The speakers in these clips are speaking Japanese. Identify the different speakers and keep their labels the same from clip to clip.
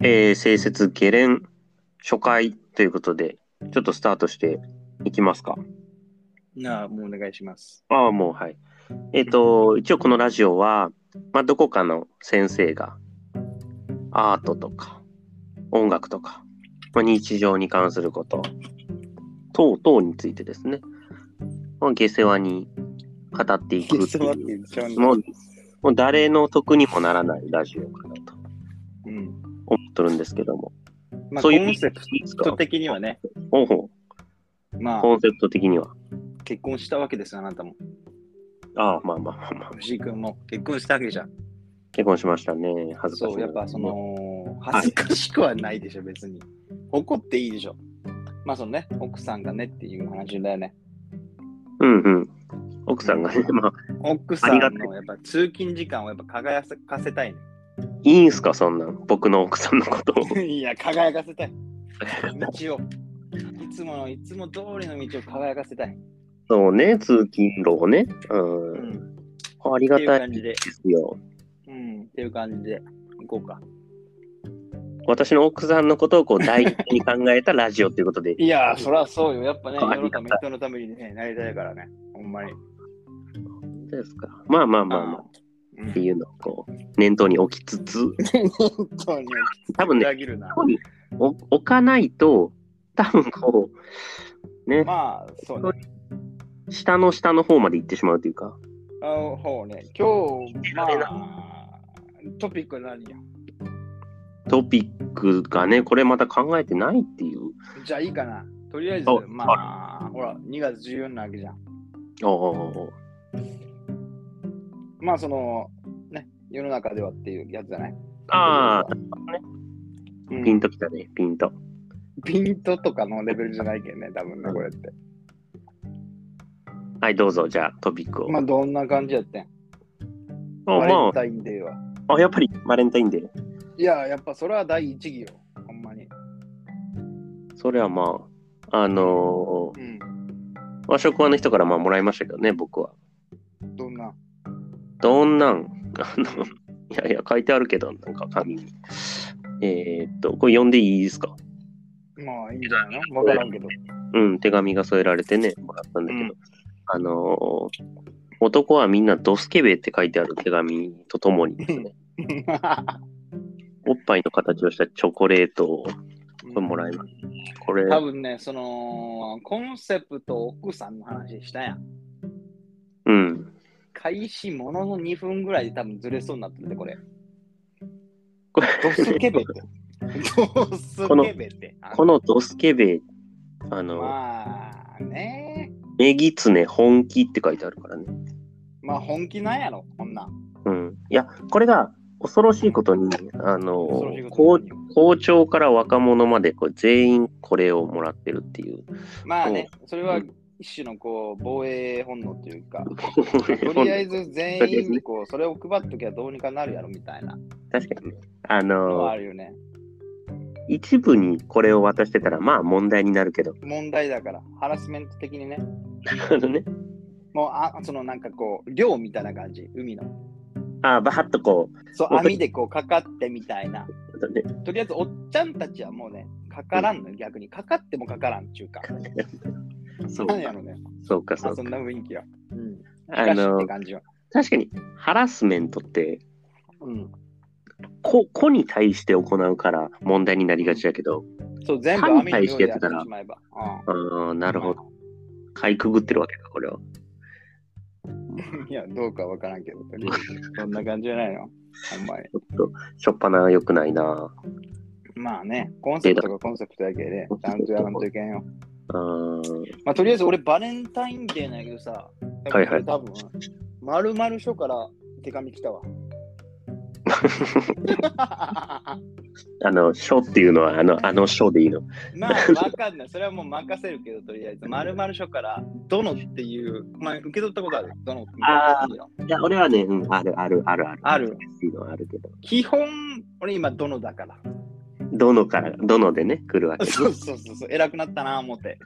Speaker 1: えー、聖節ゲレン初回ということで、ちょっとスタートしていきますか。
Speaker 2: なあ、もうお願いします。
Speaker 1: ああ、もうはい。えっ、と、一応このラジオは、まあ、どこかの先生が、アートとか、音楽とか、まあ、日常に関すること、等々についてですね、まあ、下世話に語っていくっていう、もうもう誰の得にもならないラジオかなと
Speaker 2: うん。
Speaker 1: 思っとるんですけども。
Speaker 2: まあ、
Speaker 1: そういう
Speaker 2: コンセプト的にはね、
Speaker 1: ほうほ
Speaker 2: ま
Speaker 1: う
Speaker 2: あ、
Speaker 1: コンセプト的には。
Speaker 2: 結婚したわけですよ、あなたも。
Speaker 1: ああ、まあまあまあまあ。
Speaker 2: 藤井君も結婚したわけじゃん。
Speaker 1: 結婚しましたね。恥ずかしい
Speaker 2: そう、
Speaker 1: な
Speaker 2: やっぱそ。の、恥ずかしくはないでしょ、別に。怒っていいでしょ。まあ、そのね、奥さんがねっていう話だよね。
Speaker 1: うんうん。奥さんがね、まあ、
Speaker 2: 奥さんのやっぱ通勤時間をやっぱ輝かせたい、
Speaker 1: いいんすか、そんなん。僕の奥さんのこと を。
Speaker 2: ね。いや、輝かせたい。道を。いつもの、いつも通りの道を輝かせたい。
Speaker 1: そうね、通勤路をね。う。
Speaker 2: うんん。
Speaker 1: ありが
Speaker 2: っていう
Speaker 1: たい
Speaker 2: 感じで
Speaker 1: ですよ。
Speaker 2: うん。っていう感じで、いこうか。
Speaker 1: 私の奥さんのことをこう大事に考えたラジオということ で、
Speaker 2: いやー、そりゃそうよ。やっぱね、世
Speaker 1: あり
Speaker 2: の
Speaker 1: がた
Speaker 2: た
Speaker 1: い
Speaker 2: め、人のためにね、なりたいからね。ほんまに。
Speaker 1: どうですか。まあまあまあまあ、
Speaker 2: うん。
Speaker 1: っていうのをこう、念頭に置きつ つ、
Speaker 2: 本当に。
Speaker 1: 多分ね
Speaker 2: 裏切るな
Speaker 1: ここに置置かないと、多分こう、ね、
Speaker 2: まあ、そうね。
Speaker 1: 下の下の方まで行ってしまうというか、
Speaker 2: あのほうね。今日、ま
Speaker 1: あれ
Speaker 2: あ、トピック何や
Speaker 1: トピックがね、これまた考えてないっていう。
Speaker 2: じゃあいいかな。とりあえず
Speaker 1: お、
Speaker 2: まあ、ほら、2月14なわけじゃん。
Speaker 1: ああ。
Speaker 2: まあ、その、ね、世の中ではっていうやつじゃない。
Speaker 1: ああ、
Speaker 2: うん
Speaker 1: ピンときたね、ピンと。
Speaker 2: ピントとかのレベルじゃないけどね、多分ね、これって。
Speaker 1: はい、どうぞ、じゃあトピックを。
Speaker 2: まあ、どんな感じやってん
Speaker 1: あ
Speaker 2: バレ
Speaker 1: ま
Speaker 2: ンタインデーは。
Speaker 1: あ、あ、やっぱりバレンタインデー。
Speaker 2: いや、やっぱそれは第一義よ。ほんまに。
Speaker 1: それはまあ、あのー
Speaker 2: うん。
Speaker 1: 和食屋の人からまあもらいましたけどね、僕は。
Speaker 2: どんな
Speaker 1: どんなん、あの、いやいや、書いてあるけど、なんか紙に。えーっと、これ読んでいいですか
Speaker 2: まあいいんじゃないのわからんけど。
Speaker 1: うん、手紙が添えられてね、もらったんだけど、
Speaker 2: うん
Speaker 1: あのー男はみんなドスケベって書いてある手紙とともにですね、おっぱいの形をしたチョコレートを これもらいます。これ、
Speaker 2: 多分ね、そのコンセプト奥さんの話したやん。
Speaker 1: うん、
Speaker 2: 開始ものの2分ぐらいで多分ずれそうになってるで、これ。
Speaker 1: これ
Speaker 2: ドスケベ って。ドスケベって。
Speaker 1: このドスケベ、あの、
Speaker 2: まあね。
Speaker 1: ネギツネ本気って書いてあるからね。
Speaker 2: まあ本気なんやろ、こんなん。
Speaker 1: うん。いや、これが恐ろしいことに、あ
Speaker 2: 恐
Speaker 1: の
Speaker 2: ろしい、こと
Speaker 1: 校
Speaker 2: に
Speaker 1: 校長から若者までこう全員これをもらってるっていう。
Speaker 2: まあね、それは一種のこう防衛本能というか。 とりあえず全員にこうそれを配っときゃどうにかなるやろみたいな
Speaker 1: 確かにね。あ
Speaker 2: のはあ
Speaker 1: の、
Speaker 2: るよね。
Speaker 1: 一部にこれを渡してたら、まあ問題になるけど。
Speaker 2: 問題だから、ハラスメント的にね。
Speaker 1: あのね、
Speaker 2: もうあそのなんかこう、漁みたいな感じ、海の。
Speaker 1: あーバーッとこ
Speaker 2: そう、網でこうかかってみたいな。
Speaker 1: う、あとね、
Speaker 2: とりあえずおっちゃんたちはもうね、かからんのよ逆に。かかってもかからんっちゅうか。
Speaker 1: そう
Speaker 2: なんや
Speaker 1: か、
Speaker 2: ろね。
Speaker 1: そうか、そ
Speaker 2: あ
Speaker 1: う
Speaker 2: そん
Speaker 1: か
Speaker 2: な。雰囲気は。うん。
Speaker 1: あ
Speaker 2: しかしっ
Speaker 1: の
Speaker 2: て、感じよ。
Speaker 1: 確かにハラスメントって、
Speaker 2: うん。
Speaker 1: 子子に対して行うから問題になりがちだけど、
Speaker 2: そう、全部
Speaker 1: 歯に
Speaker 2: 網の
Speaker 1: 対
Speaker 2: 漁
Speaker 1: し
Speaker 2: で
Speaker 1: て
Speaker 2: や
Speaker 1: や
Speaker 2: っ
Speaker 1: ってた
Speaker 2: し
Speaker 1: ら
Speaker 2: まえば。う
Speaker 1: ああ、なるほど。かいくぐってるわけか、これは。
Speaker 2: ん。いや、どうかわからんけ ど、とりあえず。そんな感じじゃないの。ほんまに。
Speaker 1: ちょっと、しょっぱな良くないな。
Speaker 2: まあね、コンセプトがコンセプトやけで、ちゃんとやらんといけんよ。
Speaker 1: うーん。
Speaker 2: まあ、とりあえず俺バレンタインデーなんやけどさ、
Speaker 1: はいはい
Speaker 2: 多分、まるまる署から手紙来た わ。
Speaker 1: あの、書っていうのは、あの、あの書でいいの。
Speaker 2: まあ、わかんない。それはもう任せるけど、とりあえず、まるまる署から、どのっていう、まあ、受け取ったことある。どのって
Speaker 1: あいや、俺はね、うん、あるあるあるある。
Speaker 2: ある。
Speaker 1: いいのはあるけど。
Speaker 2: 基本、俺今、どのだから。
Speaker 1: どのから、 どのでね、来るわけ。
Speaker 2: そうそうそうそう、偉くなったな、思って。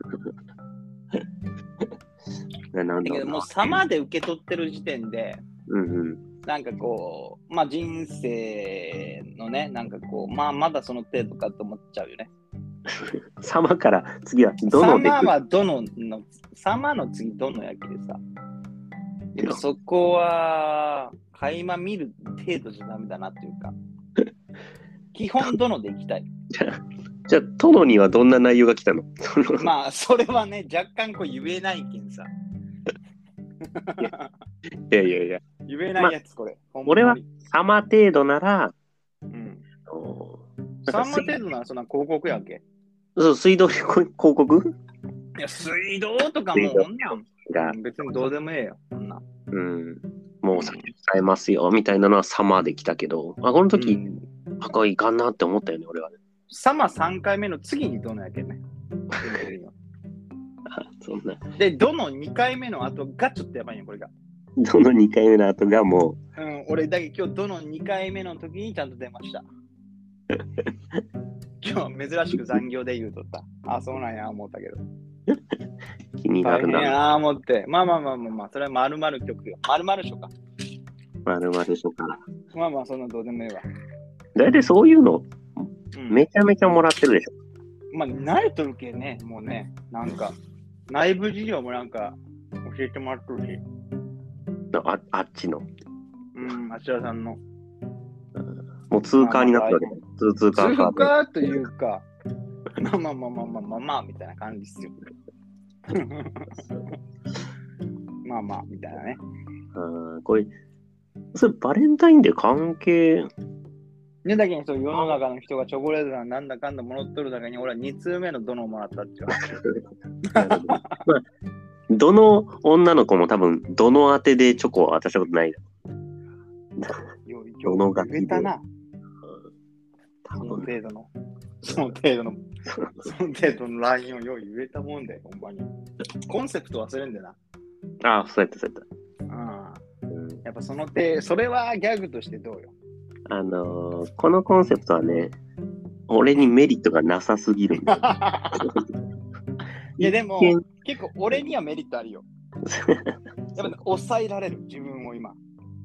Speaker 1: ななん
Speaker 2: だ
Speaker 1: だろ
Speaker 2: け
Speaker 1: う
Speaker 2: ど、
Speaker 1: な
Speaker 2: もう、様で受け取ってる時点で、
Speaker 1: うんうん。
Speaker 2: なんかこう、まあ人生のね、なんかこう、まあまだその程度かと思っちゃうよね。
Speaker 1: 様から次はど
Speaker 2: サ
Speaker 1: ので
Speaker 2: マーはどのの、サマーの次どのやけでさ、やっぱそこは、垣間見る程度じゃダメだなっていうか、 基本どのでいきたい。
Speaker 1: じゃあ殿にはどんな内容が来たのその
Speaker 2: まあそれはね、若干こう言えないけんさ、
Speaker 1: いやいやいや
Speaker 2: 言えないやつこれ。ほんまに
Speaker 1: 俺は、様程度なら
Speaker 2: うん。
Speaker 1: あのな
Speaker 2: サ
Speaker 1: んか
Speaker 2: マ
Speaker 1: 水
Speaker 2: ー程度ならそんな広告やけ。
Speaker 1: そう水道広告
Speaker 2: いや、水道とかもうほんなん
Speaker 1: が、
Speaker 2: 別にどうでもええよ、そんな。
Speaker 1: うん、もうさ使えますよみたいなのは様で来たけどあこの時、
Speaker 2: うん
Speaker 1: あこれいかんなって思ったよね俺はね
Speaker 2: サマ3回目の次にどのやけんね。
Speaker 1: あそんな
Speaker 2: で、どの2回目の後がちょっとやばいよ、これが。
Speaker 1: どの2回目の後がも
Speaker 2: うん、俺だけ今日どの2回目の時にちゃんと出 ました。今日珍しく残業で言うとった。あ、そうなんや、思ったけど。
Speaker 1: う気にな
Speaker 2: 大
Speaker 1: る
Speaker 2: 変や
Speaker 1: な
Speaker 2: な、思って。まあまあまあまあまあ、それはまるまる曲よ。まるまるしょか。
Speaker 1: まるまるしょから
Speaker 2: まあまあ、そんなどうでもええわ。
Speaker 1: 大体そういうの
Speaker 2: うん、
Speaker 1: めちゃめちゃもらってるでしょ
Speaker 2: まあ、慣れとるけね、もうね。なんか、内部事情もなんか、教えてもらっとるし。
Speaker 1: ああっちの
Speaker 2: うん、芦田さんの。
Speaker 1: もう通過になったわけ
Speaker 2: まあ
Speaker 1: 通通過
Speaker 2: 通
Speaker 1: カード
Speaker 2: 過というか、まあまあまあまあまあまあまあみたいな感じですよ。まあまあみたいなね。
Speaker 1: うんこれそれバレンタインデー関係
Speaker 2: ねだけにそう世の中の人がチョコレートなんなんだかんだもらっとるだけに俺は2通目の殿をもらったっていう。
Speaker 1: なるほどまあどの女の子も多分どの当てでチョコを渡したことないよ
Speaker 2: よい
Speaker 1: 世の中
Speaker 2: くれたな、
Speaker 1: 多
Speaker 2: その
Speaker 1: 分
Speaker 2: 程度の。その程度の、その程度のラインを用意言えたもんで、ほんまに。コンセプト忘れんでな。
Speaker 1: あそうやったそうやっ
Speaker 2: うん。
Speaker 1: た、うん
Speaker 2: やっぱその程それはギャグとしてどうよ。
Speaker 1: あのーこのコンセプトはね俺にメリットがなさすぎるんだ よ
Speaker 2: いやでも
Speaker 1: 一見
Speaker 2: 結構俺にはメリットあるよ。やっぱ、ね、抑えられる自分を今、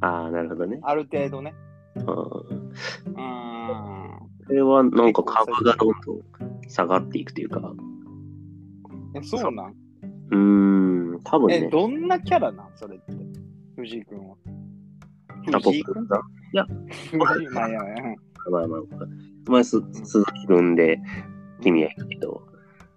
Speaker 1: ああなるほどね
Speaker 2: ある程度ね。
Speaker 1: うんこ
Speaker 2: うーん。
Speaker 1: れはなんか株がどんどん下がっていくというか
Speaker 2: え、そうなん
Speaker 1: うーん多分
Speaker 2: え、
Speaker 1: ね
Speaker 2: どんなキャラなんそれって。藤井君は。
Speaker 1: あ
Speaker 2: 藤井
Speaker 1: 僕
Speaker 2: 君
Speaker 1: が
Speaker 2: 藤井まあいやうん
Speaker 1: まあまあまあまあす鈴木君で君は行くけど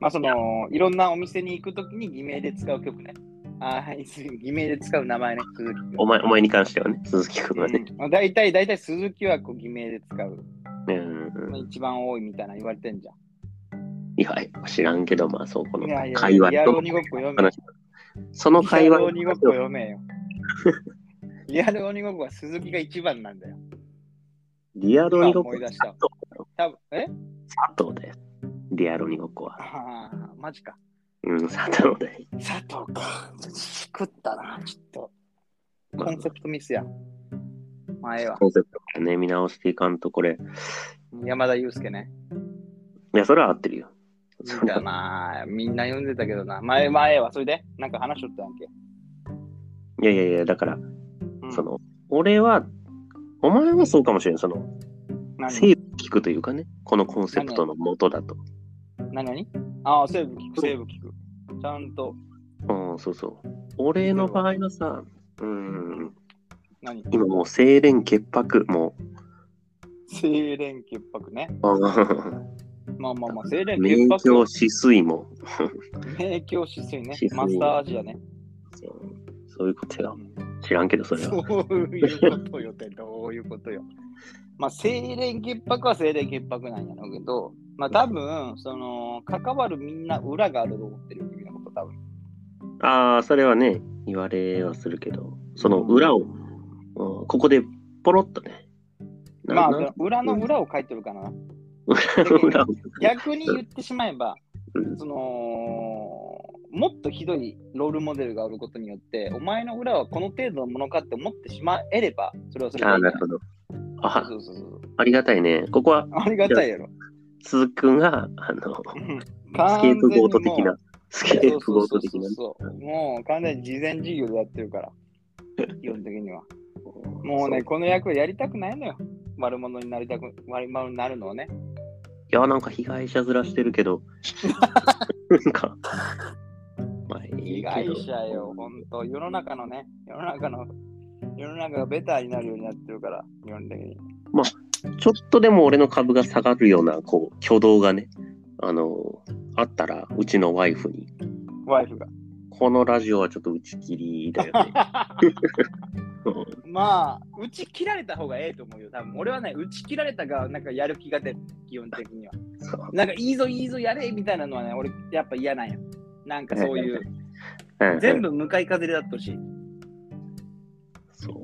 Speaker 2: まあその、いろんなお店に行くときに偽名で使う曲ね。ああ、はい、す偽名で使う名前ね。鈴木君
Speaker 1: お前お前に関してはね鈴木君はね、
Speaker 2: うんまあ大体、大体鈴木はこう偽名で使う。
Speaker 1: うん
Speaker 2: まあ一番多いみたいな言われてんじゃん。
Speaker 1: いや、知らんけど、まあ、そうこの
Speaker 2: いやいや
Speaker 1: 会話
Speaker 2: リアル
Speaker 1: と
Speaker 2: 鬼ごっこ読め
Speaker 1: 話。その会話
Speaker 2: リアル鬼ごっこ読めよ。 リアル鬼ごっこは鈴木が一番なんだよ。
Speaker 1: リアル鬼ごっこ
Speaker 2: 今思い出した
Speaker 1: 佐藤だよ
Speaker 2: 多分え
Speaker 1: 佐藤だよ。リアル鬼ごっこは。
Speaker 2: ああ、マジか。
Speaker 1: うん、佐藤だよ。
Speaker 2: 佐藤か。作ったな、ちょっと。
Speaker 1: まあ
Speaker 2: コンセプトミスや。前は。
Speaker 1: コンセプトをね、見直していかんと、これ。
Speaker 2: 山田裕介ね。
Speaker 1: いや、それは合ってるよ。それ
Speaker 2: 見
Speaker 1: は
Speaker 2: たな。みんな読んでたけどな。前、前は。それで、なんか話しとったやんけ。
Speaker 1: いやいやいや、だから、
Speaker 2: うん
Speaker 1: そ、の、俺は、お前はそうかもしれん。その、
Speaker 2: 何
Speaker 1: セーブ聞くというかね、このコンセプトの元だと。
Speaker 2: 何何ああ、セーブ聞く、セーブ聞く。ちゃんと、
Speaker 1: うん、そうそう。俺の場合はさ、うん、
Speaker 2: 何
Speaker 1: 今もう、清廉潔白、も
Speaker 2: 清廉潔白ね。
Speaker 1: う、うん
Speaker 2: まあまあまあ、清廉 潔
Speaker 1: 勉
Speaker 2: 白。
Speaker 1: 強止水も、
Speaker 2: 名教止水ね
Speaker 1: 止水。
Speaker 2: マスターアジアね。
Speaker 1: そうそういうこと
Speaker 2: う
Speaker 1: よ。
Speaker 2: ん
Speaker 1: 知らんけど、それは。
Speaker 2: そういうことよって、どういうことよ。まあ、清廉潔白は清廉潔白なんやろうけど、まあ多分、その、関わるみんな裏があると思ってるみたいなこと多分。
Speaker 1: ああ、それはね、言われはするけど、その裏を、うんここでポロッとね。な
Speaker 2: まあ
Speaker 1: な、
Speaker 2: 裏の裏を書いてるかな。
Speaker 1: 裏の 裏を。
Speaker 2: 逆に言ってしまえば
Speaker 1: うん、
Speaker 2: その、もっとひどいロールモデルがあることによって、お前の裏はこの程度のものかって思ってしまえれば、それはそれ
Speaker 1: あ
Speaker 2: で
Speaker 1: あ、
Speaker 2: いい
Speaker 1: なる
Speaker 2: んじゃない
Speaker 1: ほど。あ
Speaker 2: そうそうそう。
Speaker 1: ありがたいね。ここは
Speaker 2: ありがたいやろ。
Speaker 1: 鈴木くんが、あの、
Speaker 2: うん
Speaker 1: スケープゴート的な。。スケー
Speaker 2: そう
Speaker 1: プ
Speaker 2: そ
Speaker 1: ゴ
Speaker 2: う
Speaker 1: ー
Speaker 2: そ
Speaker 1: ト
Speaker 2: う
Speaker 1: 的
Speaker 2: そう
Speaker 1: な。
Speaker 2: そう。もう完全に事前事業でやってるから、基本的には。もうね、この役はやりたくないのよ。悪者になりたく、悪者になるのをね。
Speaker 1: いや、なんか被害者面してるけ ど。なんか。まあ、い
Speaker 2: 被
Speaker 1: いけ
Speaker 2: 害
Speaker 1: ど。
Speaker 2: 者よ、ほんと。世の中のね、世の中の、世の中がベターになるようになってるから、基本的に。
Speaker 1: ちょっとでも俺の株が下がるような、こう、挙動がね、あの、あったら、うちのワイフに、
Speaker 2: ワイフが。
Speaker 1: このラジオはちょっと打ち切りだよ ね。うん
Speaker 2: まあ、打ち切られた方がええと思うよ。多分俺はね、打ち切られたが、なんかやる気が出る、基本的には。
Speaker 1: そう
Speaker 2: なんか、いいぞ、いいぞ、やれみたいなのはね、俺、やっぱ嫌なんや。なんかそう いう、
Speaker 1: うんうん
Speaker 2: 全部向かい風でだったしい。
Speaker 1: そう。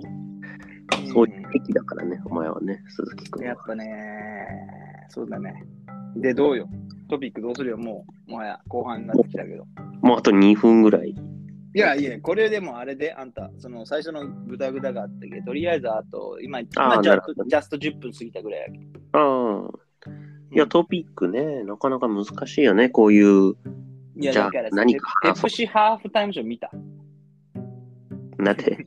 Speaker 1: そういう敵だからね、お前はね、鈴木君
Speaker 2: やっ
Speaker 1: は。
Speaker 2: ぱね、そうだね。で、どうよ。トピックどうするよ、もう。もはや後半になってきたけど。
Speaker 1: もうあと2分ぐらい。
Speaker 2: いやいや、これでもあれで、あんた、その最初のグダグダがあったけど、とりあえずあと、今、今ち
Speaker 1: な
Speaker 2: ょ
Speaker 1: る
Speaker 2: っ
Speaker 1: ほ
Speaker 2: と
Speaker 1: ど
Speaker 2: ジャスト10分過ぎたぐらいやけど
Speaker 1: ああ。いや、トピックね、なかなか難しいよね、こういう、
Speaker 2: いや、
Speaker 1: じゃあ
Speaker 2: だからさ、
Speaker 1: 何か
Speaker 2: ペ
Speaker 1: 話
Speaker 2: ペ
Speaker 1: そう
Speaker 2: プシハーフタイムショー見た。
Speaker 1: なん て、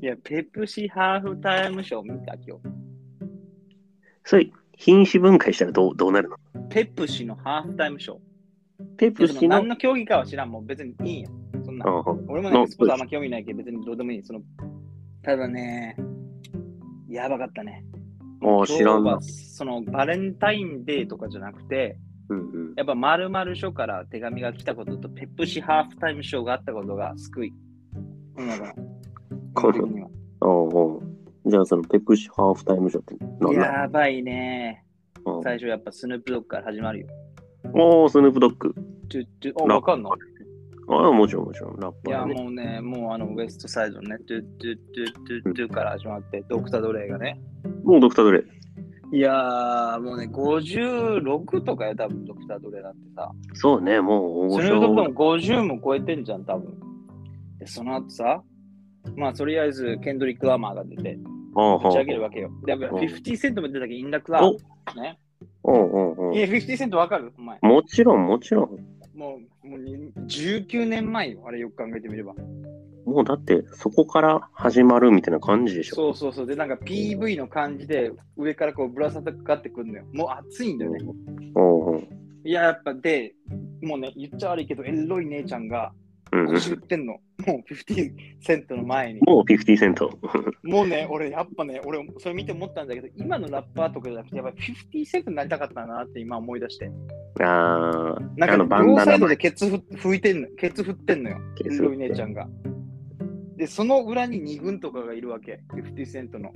Speaker 2: いや、ペプシハーフタイムショー見た、今日。
Speaker 1: それ、品種分解したらどうどうなるの
Speaker 2: ペプシのハーフタイムショー。
Speaker 1: ペプ
Speaker 2: いや
Speaker 1: シ
Speaker 2: その
Speaker 1: の
Speaker 2: 何、の競技かは知らん、もう別にいいよ。そんな。
Speaker 1: うん
Speaker 2: 俺も
Speaker 1: の
Speaker 2: ね、スポーツあんま興味ないけど、別にどうでもいい。そのただね、やばかったね。
Speaker 1: おー知らん
Speaker 2: 今日
Speaker 1: な
Speaker 2: は。そのバレンタインデーとかじゃなくて、
Speaker 1: うんうん、
Speaker 2: やっぱ〇〇書から手紙が来たことと、ペプシハーフタイムショーがあったことが救い。うん、だから。
Speaker 1: この
Speaker 2: 基本的には
Speaker 1: おうおうじゃあ、そのペプシハーフタイムショーって何だ
Speaker 2: やばいね。
Speaker 1: うん
Speaker 2: 最初やっぱスヌープドッグから始まるよ。
Speaker 1: おー、スヌープドッグ。
Speaker 2: ちょちょお、わかんの
Speaker 1: ああ、もちろんもちろん。ラッ
Speaker 2: い
Speaker 1: パ
Speaker 2: や
Speaker 1: ー、ね。
Speaker 2: もうね、もうあのウエストサイドのね、トゥットゥットゥットゥットゥから始まって、ドクター・ドレイがね。
Speaker 1: もうドクターどれ
Speaker 2: いやー、もうね、56とかよ、多分ドクター・ドレイなんてさ。
Speaker 1: そうね、もう
Speaker 2: そ
Speaker 1: 大
Speaker 2: れのとこも
Speaker 1: 御
Speaker 2: 50も超えてんじゃん、多分。で、その後さ、まあ、とりあえず、ケンドリック・ラマーが出て、
Speaker 1: 所。
Speaker 2: ぶち上げるわけよ。で、やっぱ50セントも出たけど、インダクラー。ね。
Speaker 1: おうんうん
Speaker 2: い
Speaker 1: うん。
Speaker 2: や、50セントわかるお前。
Speaker 1: もちろん、もちろん。
Speaker 2: もう、もうに19年前よ。あれ、よく考えてみれば。
Speaker 1: もうだって、そこから始まるみたいな感じでしょ。
Speaker 2: そうそうそう。で、なんか PV の感じで、上からこう、ぶら下がってくるのよ。もう暑いんだよね。
Speaker 1: おうおう
Speaker 2: いや、やっぱ、で、もうね、言っちゃ悪いけど、エロい姉ちゃんが、
Speaker 1: うんうん。
Speaker 2: 腰振ってんの。もう50セントの前に。
Speaker 1: もう50セント。
Speaker 2: もうね、俺、やっぱね、俺、それ見て思ったんだけど、今のラッパーとかじゃなくて、やっぱ50セントになりたかったなって今思い出して。
Speaker 1: あ
Speaker 2: な
Speaker 1: あの
Speaker 2: ん
Speaker 1: バ
Speaker 2: か、
Speaker 1: ンダ
Speaker 2: 両
Speaker 1: ナ
Speaker 2: サイドでケツふ拭いてんの、ケツ振ってんのよ、
Speaker 1: ケツ振って
Speaker 2: エロい姉ちゃんが。で、その裏に2軍とかがいるわけ、50セントの。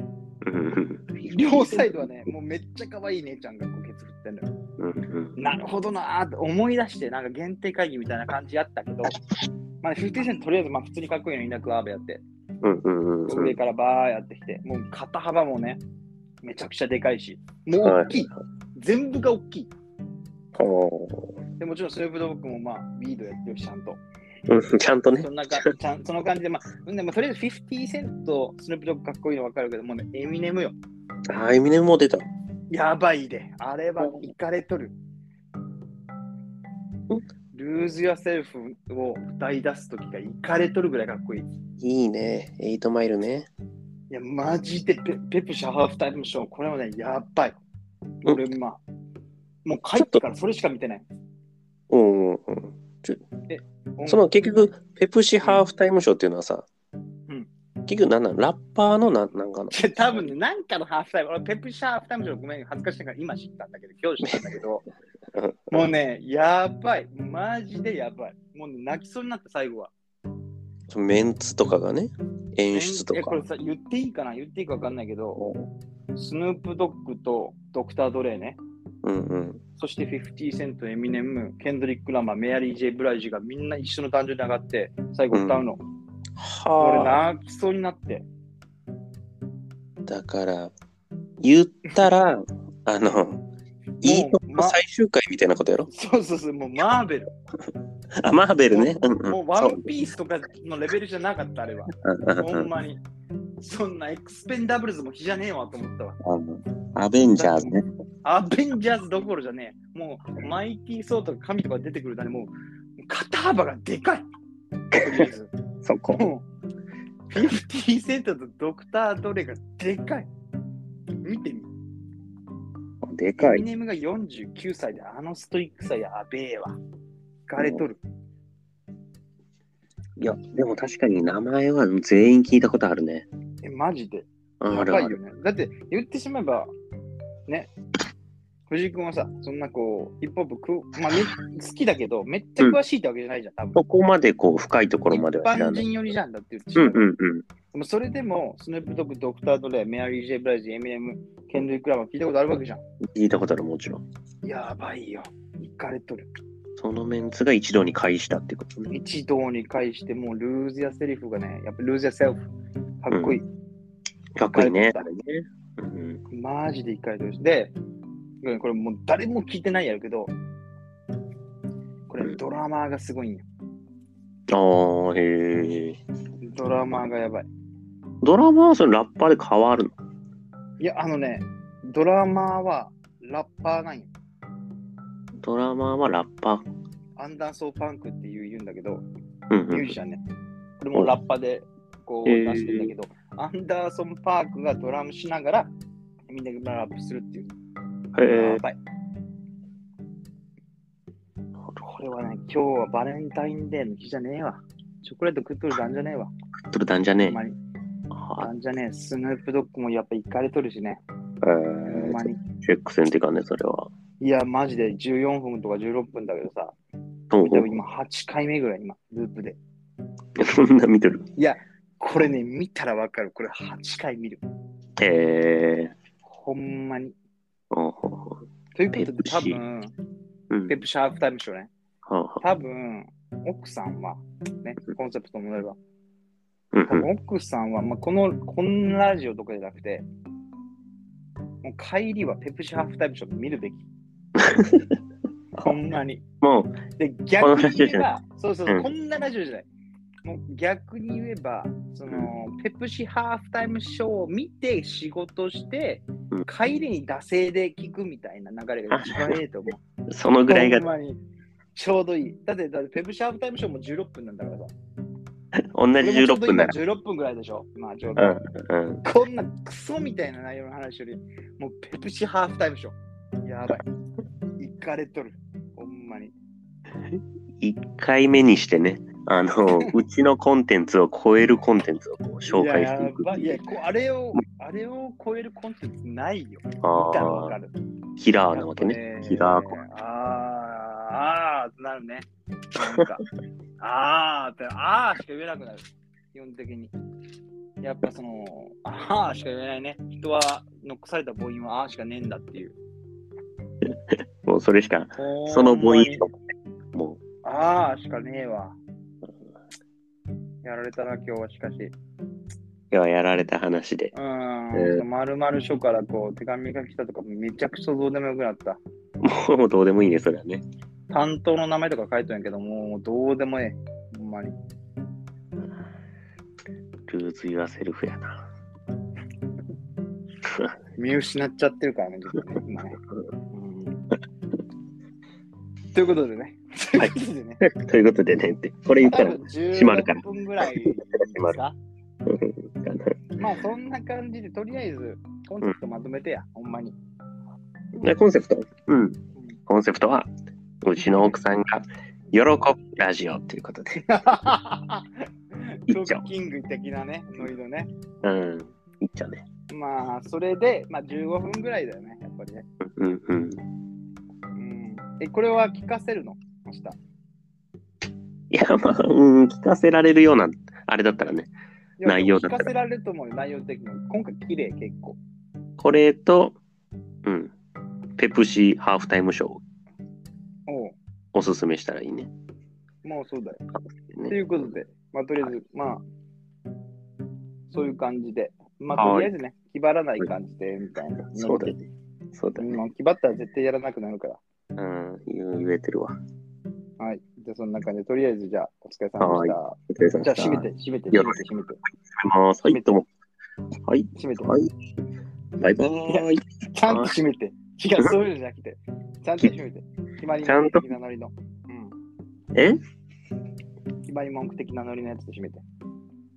Speaker 1: ーうんうん
Speaker 2: 両サイドはね、もうめっちゃ可愛い姉ちゃんがこうケツ振ってんのよ。
Speaker 1: うんうん。
Speaker 2: なるほどなーって思い出して、なんか限定会議みたいな感じやったけど、まあ、50セントとりあえずまあ普通にかっこいいのいなくアーベやって。
Speaker 1: うんうんうんう
Speaker 2: 上
Speaker 1: ん。
Speaker 2: からバーやってきて、もう肩幅もね、めちゃくちゃでかいし、もう大きい、全部が大きい。
Speaker 1: お
Speaker 2: でもちろん、スープドッグもまあ、ビードやってるし、ちゃんと。
Speaker 1: ーうんちゃんとね
Speaker 2: そ。んなかちゃんその感じで、まあ、でもとりあえず50セント、スヌープドッグかっこいいの分かるけど、もうね、エミネムよ。
Speaker 1: ああ、エミネムも出た。
Speaker 2: やばいで、あれは行かれとる。ルーズ・ヤセルフを歌い出すときが行かれとるぐらいかっこいい。
Speaker 1: いいね。エイトマイルね。
Speaker 2: いや、マジでペペプシャハーフタイムショー、これはね、やばい。
Speaker 1: うん
Speaker 2: 俺、まあ、もう帰ってからそれしか見てない。
Speaker 1: うんうんうん。
Speaker 2: 音
Speaker 1: その結局、ペプシハーフタイムショーっていうのはさ、
Speaker 2: うん
Speaker 1: 結局なんなんラッパーのなんなんかの。
Speaker 2: いや多分ね、なんかのハーフタイム、俺、ペプシャハーフタイムショー、ごめん、恥ずかしいから今知ったんだけど、今日知ったんだけど
Speaker 1: うん、
Speaker 2: もうね、やばい。マジでやばい。もう、ね、泣きそうになった、最後は。
Speaker 1: そのメンツとかがね、演出と
Speaker 2: えこ
Speaker 1: か
Speaker 2: れ。さ、言っていいかな言っていいか分かんないけど、スヌープドッグとドクター・ドレーね。
Speaker 1: うんうん。
Speaker 2: そして50セント、エミネム、ケンドリック・ラマー、メアリー・ジェイ・ブライジがみんな一緒の誕生に上がって、最後歌うの。俺
Speaker 1: はあ。
Speaker 2: 泣きそうになって。
Speaker 1: だから、言った ら、あの、いいとこ最終回みたいなことやろ。
Speaker 2: そうそうそう、もうマーベル。
Speaker 1: あ、マーベルね。うんうん。
Speaker 2: もうワンピースとかのレベルじゃなかった、あれ は。
Speaker 1: そううん
Speaker 2: ほ
Speaker 1: うん
Speaker 2: んまに。そんなエクスペンダブルズも比じゃねえわと思ったわ。
Speaker 1: うんあのアベンジャーズね。
Speaker 2: アベンジャーズどころじゃねえ。もうマイティー・ソーとか神とか出てくるだね、もう肩幅がでかい。とりあえず
Speaker 1: そこ。
Speaker 2: もう50セントとドクター・ドレがでかい。見てみ。
Speaker 1: で
Speaker 2: エ
Speaker 1: か
Speaker 2: ミ
Speaker 1: い。
Speaker 2: ネムが49歳であのストイックさやべえわ。疲れとる。
Speaker 1: いや、でも確かに名前は全員聞いたことあるね。
Speaker 2: え、マジで。
Speaker 1: ある
Speaker 2: や
Speaker 1: あ
Speaker 2: ばい
Speaker 1: る。
Speaker 2: よね。だって言ってしまえば、ね、藤井君はさ、そんなこう、ヒップホップく、まあめ、好きだけど、めっちゃ詳しいってわけじゃないじゃん、多分。
Speaker 1: ここまでこう深いところまでは知ら
Speaker 2: 一般
Speaker 1: ない。
Speaker 2: 人よりじゃんだって言ってし
Speaker 1: う
Speaker 2: まえ
Speaker 1: ん
Speaker 2: ば
Speaker 1: うんうん。
Speaker 2: でもそれでも、スヌープドッグ、ドクター・ドレイ、メアリー・ジェイ・ブライズ、エミネム、ケンドリック・ラマー聞いたことあるわけじゃん。
Speaker 1: 聞いたことある、もちろん。
Speaker 2: やばいよ。いかれとる。
Speaker 1: そのメンツが一堂に会したってことね。
Speaker 2: 一堂に会して、もうルーズやセリフがね、やっぱルーズやセルフ。かっこいい。
Speaker 1: かっこいいね。
Speaker 2: かっこいい
Speaker 1: うん
Speaker 2: マジで一回としで、うんこれもう誰も聞いてないやるけど、こ
Speaker 1: う
Speaker 2: れ
Speaker 1: ん
Speaker 2: ドラマーがすごいんよ。
Speaker 1: ああ、へえ。
Speaker 2: ドラマーがやばい。
Speaker 1: ドラマはそのラッパーで変わるの
Speaker 2: いや、あのね、ドラマーはラッパーなんよ。
Speaker 1: ドラマはラッパー。
Speaker 2: アンダーソーパンクっていう言うんだけど、
Speaker 1: うんう
Speaker 2: ミュー
Speaker 1: ん
Speaker 2: ジ。シャンね。これもラッパでこう
Speaker 1: へー
Speaker 2: 出してるんだけど、アンダーソン・パークがドラムしながら、みんながラップするっていう。
Speaker 1: へ
Speaker 2: や
Speaker 1: え。
Speaker 2: ばい。これはね、今日はバレンタインデーの日じゃねえわ。チョコレート食っとる段じゃねえわ。
Speaker 1: 取れたんじゃ
Speaker 2: ほ
Speaker 1: ね
Speaker 2: んまに。
Speaker 1: え。
Speaker 2: な
Speaker 1: は
Speaker 2: んじゃねえ、スヌープドッグもやっぱ行かれとるしね。
Speaker 1: え
Speaker 2: ほんま
Speaker 1: ー。
Speaker 2: に。
Speaker 1: チェックせんってかね、それは。
Speaker 2: いや、マジで14分とか16分だけどさ、
Speaker 1: ほうほ
Speaker 2: 多
Speaker 1: う
Speaker 2: 分今8回目ぐらい、今、ループで。
Speaker 1: そ んな見てる。
Speaker 2: これね、見たらわかる。これ8回見る。
Speaker 1: へえ。
Speaker 2: ほんまに。
Speaker 1: ほうほうほう
Speaker 2: ということ
Speaker 1: ペプ
Speaker 2: で、
Speaker 1: シ
Speaker 2: 多分、
Speaker 1: うん
Speaker 2: ペ。プシャークタイムショーね。
Speaker 1: はあはあ
Speaker 2: 多分、奥さんは、ね、コンセプトもなれば、
Speaker 1: うん
Speaker 2: 多
Speaker 1: うん
Speaker 2: 分奥さんは、まあ、この、こんなラジオとかじゃなくて、もう帰りはペプシャーフタイムショー 見るべき。ほんまに。
Speaker 1: もう、
Speaker 2: で、
Speaker 1: この
Speaker 2: 逆
Speaker 1: ラ
Speaker 2: に
Speaker 1: ジオ
Speaker 2: 言
Speaker 1: じ
Speaker 2: え
Speaker 1: ゃな
Speaker 2: ば、そうそうそう、
Speaker 1: うん
Speaker 2: こんなラジオじゃない。もう逆に言えば、その、ペプシハーフタイムショーを見て仕事して、
Speaker 1: うん
Speaker 2: 帰りに惰性で聞くみたいな流れが一番ええ と思う。
Speaker 1: そのぐらいが
Speaker 2: ほんまにちょうどいい。だって、だってペプシハーフタイムショーも16分なんだからさ。
Speaker 1: 同じ
Speaker 2: 俺もち
Speaker 1: 16
Speaker 2: ょうど
Speaker 1: 分
Speaker 2: 今
Speaker 1: なら。
Speaker 2: 16分ぐらいでしょ。まあ、ちょうど。
Speaker 1: うんうん。
Speaker 2: こんなクソみたいな内容の話より、もうペプシハーフタイムショー。やば い。いかれとる。ほんまに。
Speaker 1: 1回目にしてね、あ の、うちのコンテンツを超えるコンテンツをこう紹介していく
Speaker 2: ややば
Speaker 1: って
Speaker 2: いい
Speaker 1: い
Speaker 2: や
Speaker 1: う。
Speaker 2: こあれを、あれを超えるコンテンツないよ。見
Speaker 1: あ
Speaker 2: たらわか
Speaker 1: あ、
Speaker 2: る。
Speaker 1: キラーなわけ
Speaker 2: やっ
Speaker 1: ね。
Speaker 2: ぱ
Speaker 1: キラーコン。
Speaker 2: あーあーってなるね。なんか、あーって、あーしか言えなくなる。基本的に。やっぱその、あーしか言えないね。人は残された母音はあーしかねえんだっていう。
Speaker 1: もうそれしか、その母音しかも
Speaker 2: ああ、しかねえわ。やられたな、今日はしかし。
Speaker 1: う、いややられた話で。
Speaker 2: うーん、
Speaker 1: えー
Speaker 2: その丸々書からこう手紙が来たとか、めちゃくちゃどうでもよくなった。
Speaker 1: もうどうでもいいね、それはね。
Speaker 2: 担当の名前とか書いとんやけど、もうどうでもええ。ほんまに。
Speaker 1: ルーズ・ユア・セルフやな。
Speaker 2: 見失っちゃってるからね、ちょっとね今ね。うんということでね。ということでね。
Speaker 1: ということでね、ってこれ言った
Speaker 2: 多
Speaker 1: ら
Speaker 2: 分、
Speaker 1: 閉まるから
Speaker 2: 16分ぐらいです
Speaker 1: 閉ま
Speaker 2: か。まあ、そんな感じで、とりあえず、コンセプトまとめてや、ほん まに。
Speaker 1: でコンセプトうん。コンセプトは、うちの奥さんが喜ぶラジオということで、
Speaker 2: ク
Speaker 1: 一
Speaker 2: ッ
Speaker 1: 丁。
Speaker 2: キング的なね、ノリのね。
Speaker 1: うん。一丁ね。
Speaker 2: まあ、それで、まあ、15分ぐらいだよね、やっぱりね。
Speaker 1: うんうん。
Speaker 2: うん、え、これは聞かせるの明日。
Speaker 1: いや、まあ、うん、聞かせられるような、あれだったらね。
Speaker 2: いや
Speaker 1: 内容
Speaker 2: で
Speaker 1: だ
Speaker 2: も
Speaker 1: ったら
Speaker 2: 聞かせられると思うよ、内容的に。今回、綺麗結構。
Speaker 1: これと、うん。ペプシハーフタイムショーを
Speaker 2: おう
Speaker 1: おすすめしたらいいね。
Speaker 2: もうそうだよ。と
Speaker 1: ね
Speaker 2: いうことで、まあ、とりあえず、まあ、そういう感じで、まあ、と
Speaker 1: は
Speaker 2: りあ
Speaker 1: い
Speaker 2: えずね、気張らない感じで、みたいな。
Speaker 1: そうだね。そうだね。
Speaker 2: もう気張ったら絶対やらなくなるから。
Speaker 1: うん、言えてるわ。
Speaker 2: はい。じゃあ、そんな感じで、とりあえず、じゃあ、お疲れ様でし
Speaker 1: お疲れ様
Speaker 2: た。
Speaker 1: で
Speaker 2: じゃ
Speaker 1: し
Speaker 2: あ、
Speaker 1: た
Speaker 2: 閉めて、閉めて、
Speaker 1: よ
Speaker 2: 閉
Speaker 1: ろ
Speaker 2: め、
Speaker 1: して
Speaker 2: 閉めて、
Speaker 1: はい、どうも。はい、
Speaker 2: 閉めて。
Speaker 1: はい。バイバーイ。
Speaker 2: ちゃんと閉めて。違う、そういうのじゃなくて。ちゃんと閉めて。決まり
Speaker 1: ちゃん
Speaker 2: 文句
Speaker 1: と
Speaker 2: 的なノリの。うん。
Speaker 1: え
Speaker 2: 決まり文句的なノリのやつで閉めて。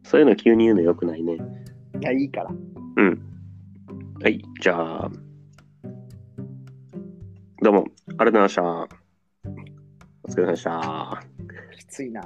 Speaker 1: そういうの急に言うのよくないね。
Speaker 2: いや、いいから。
Speaker 1: はい、じゃあ。どうも、ありがとうございました。お疲れ様でした。
Speaker 2: きついな。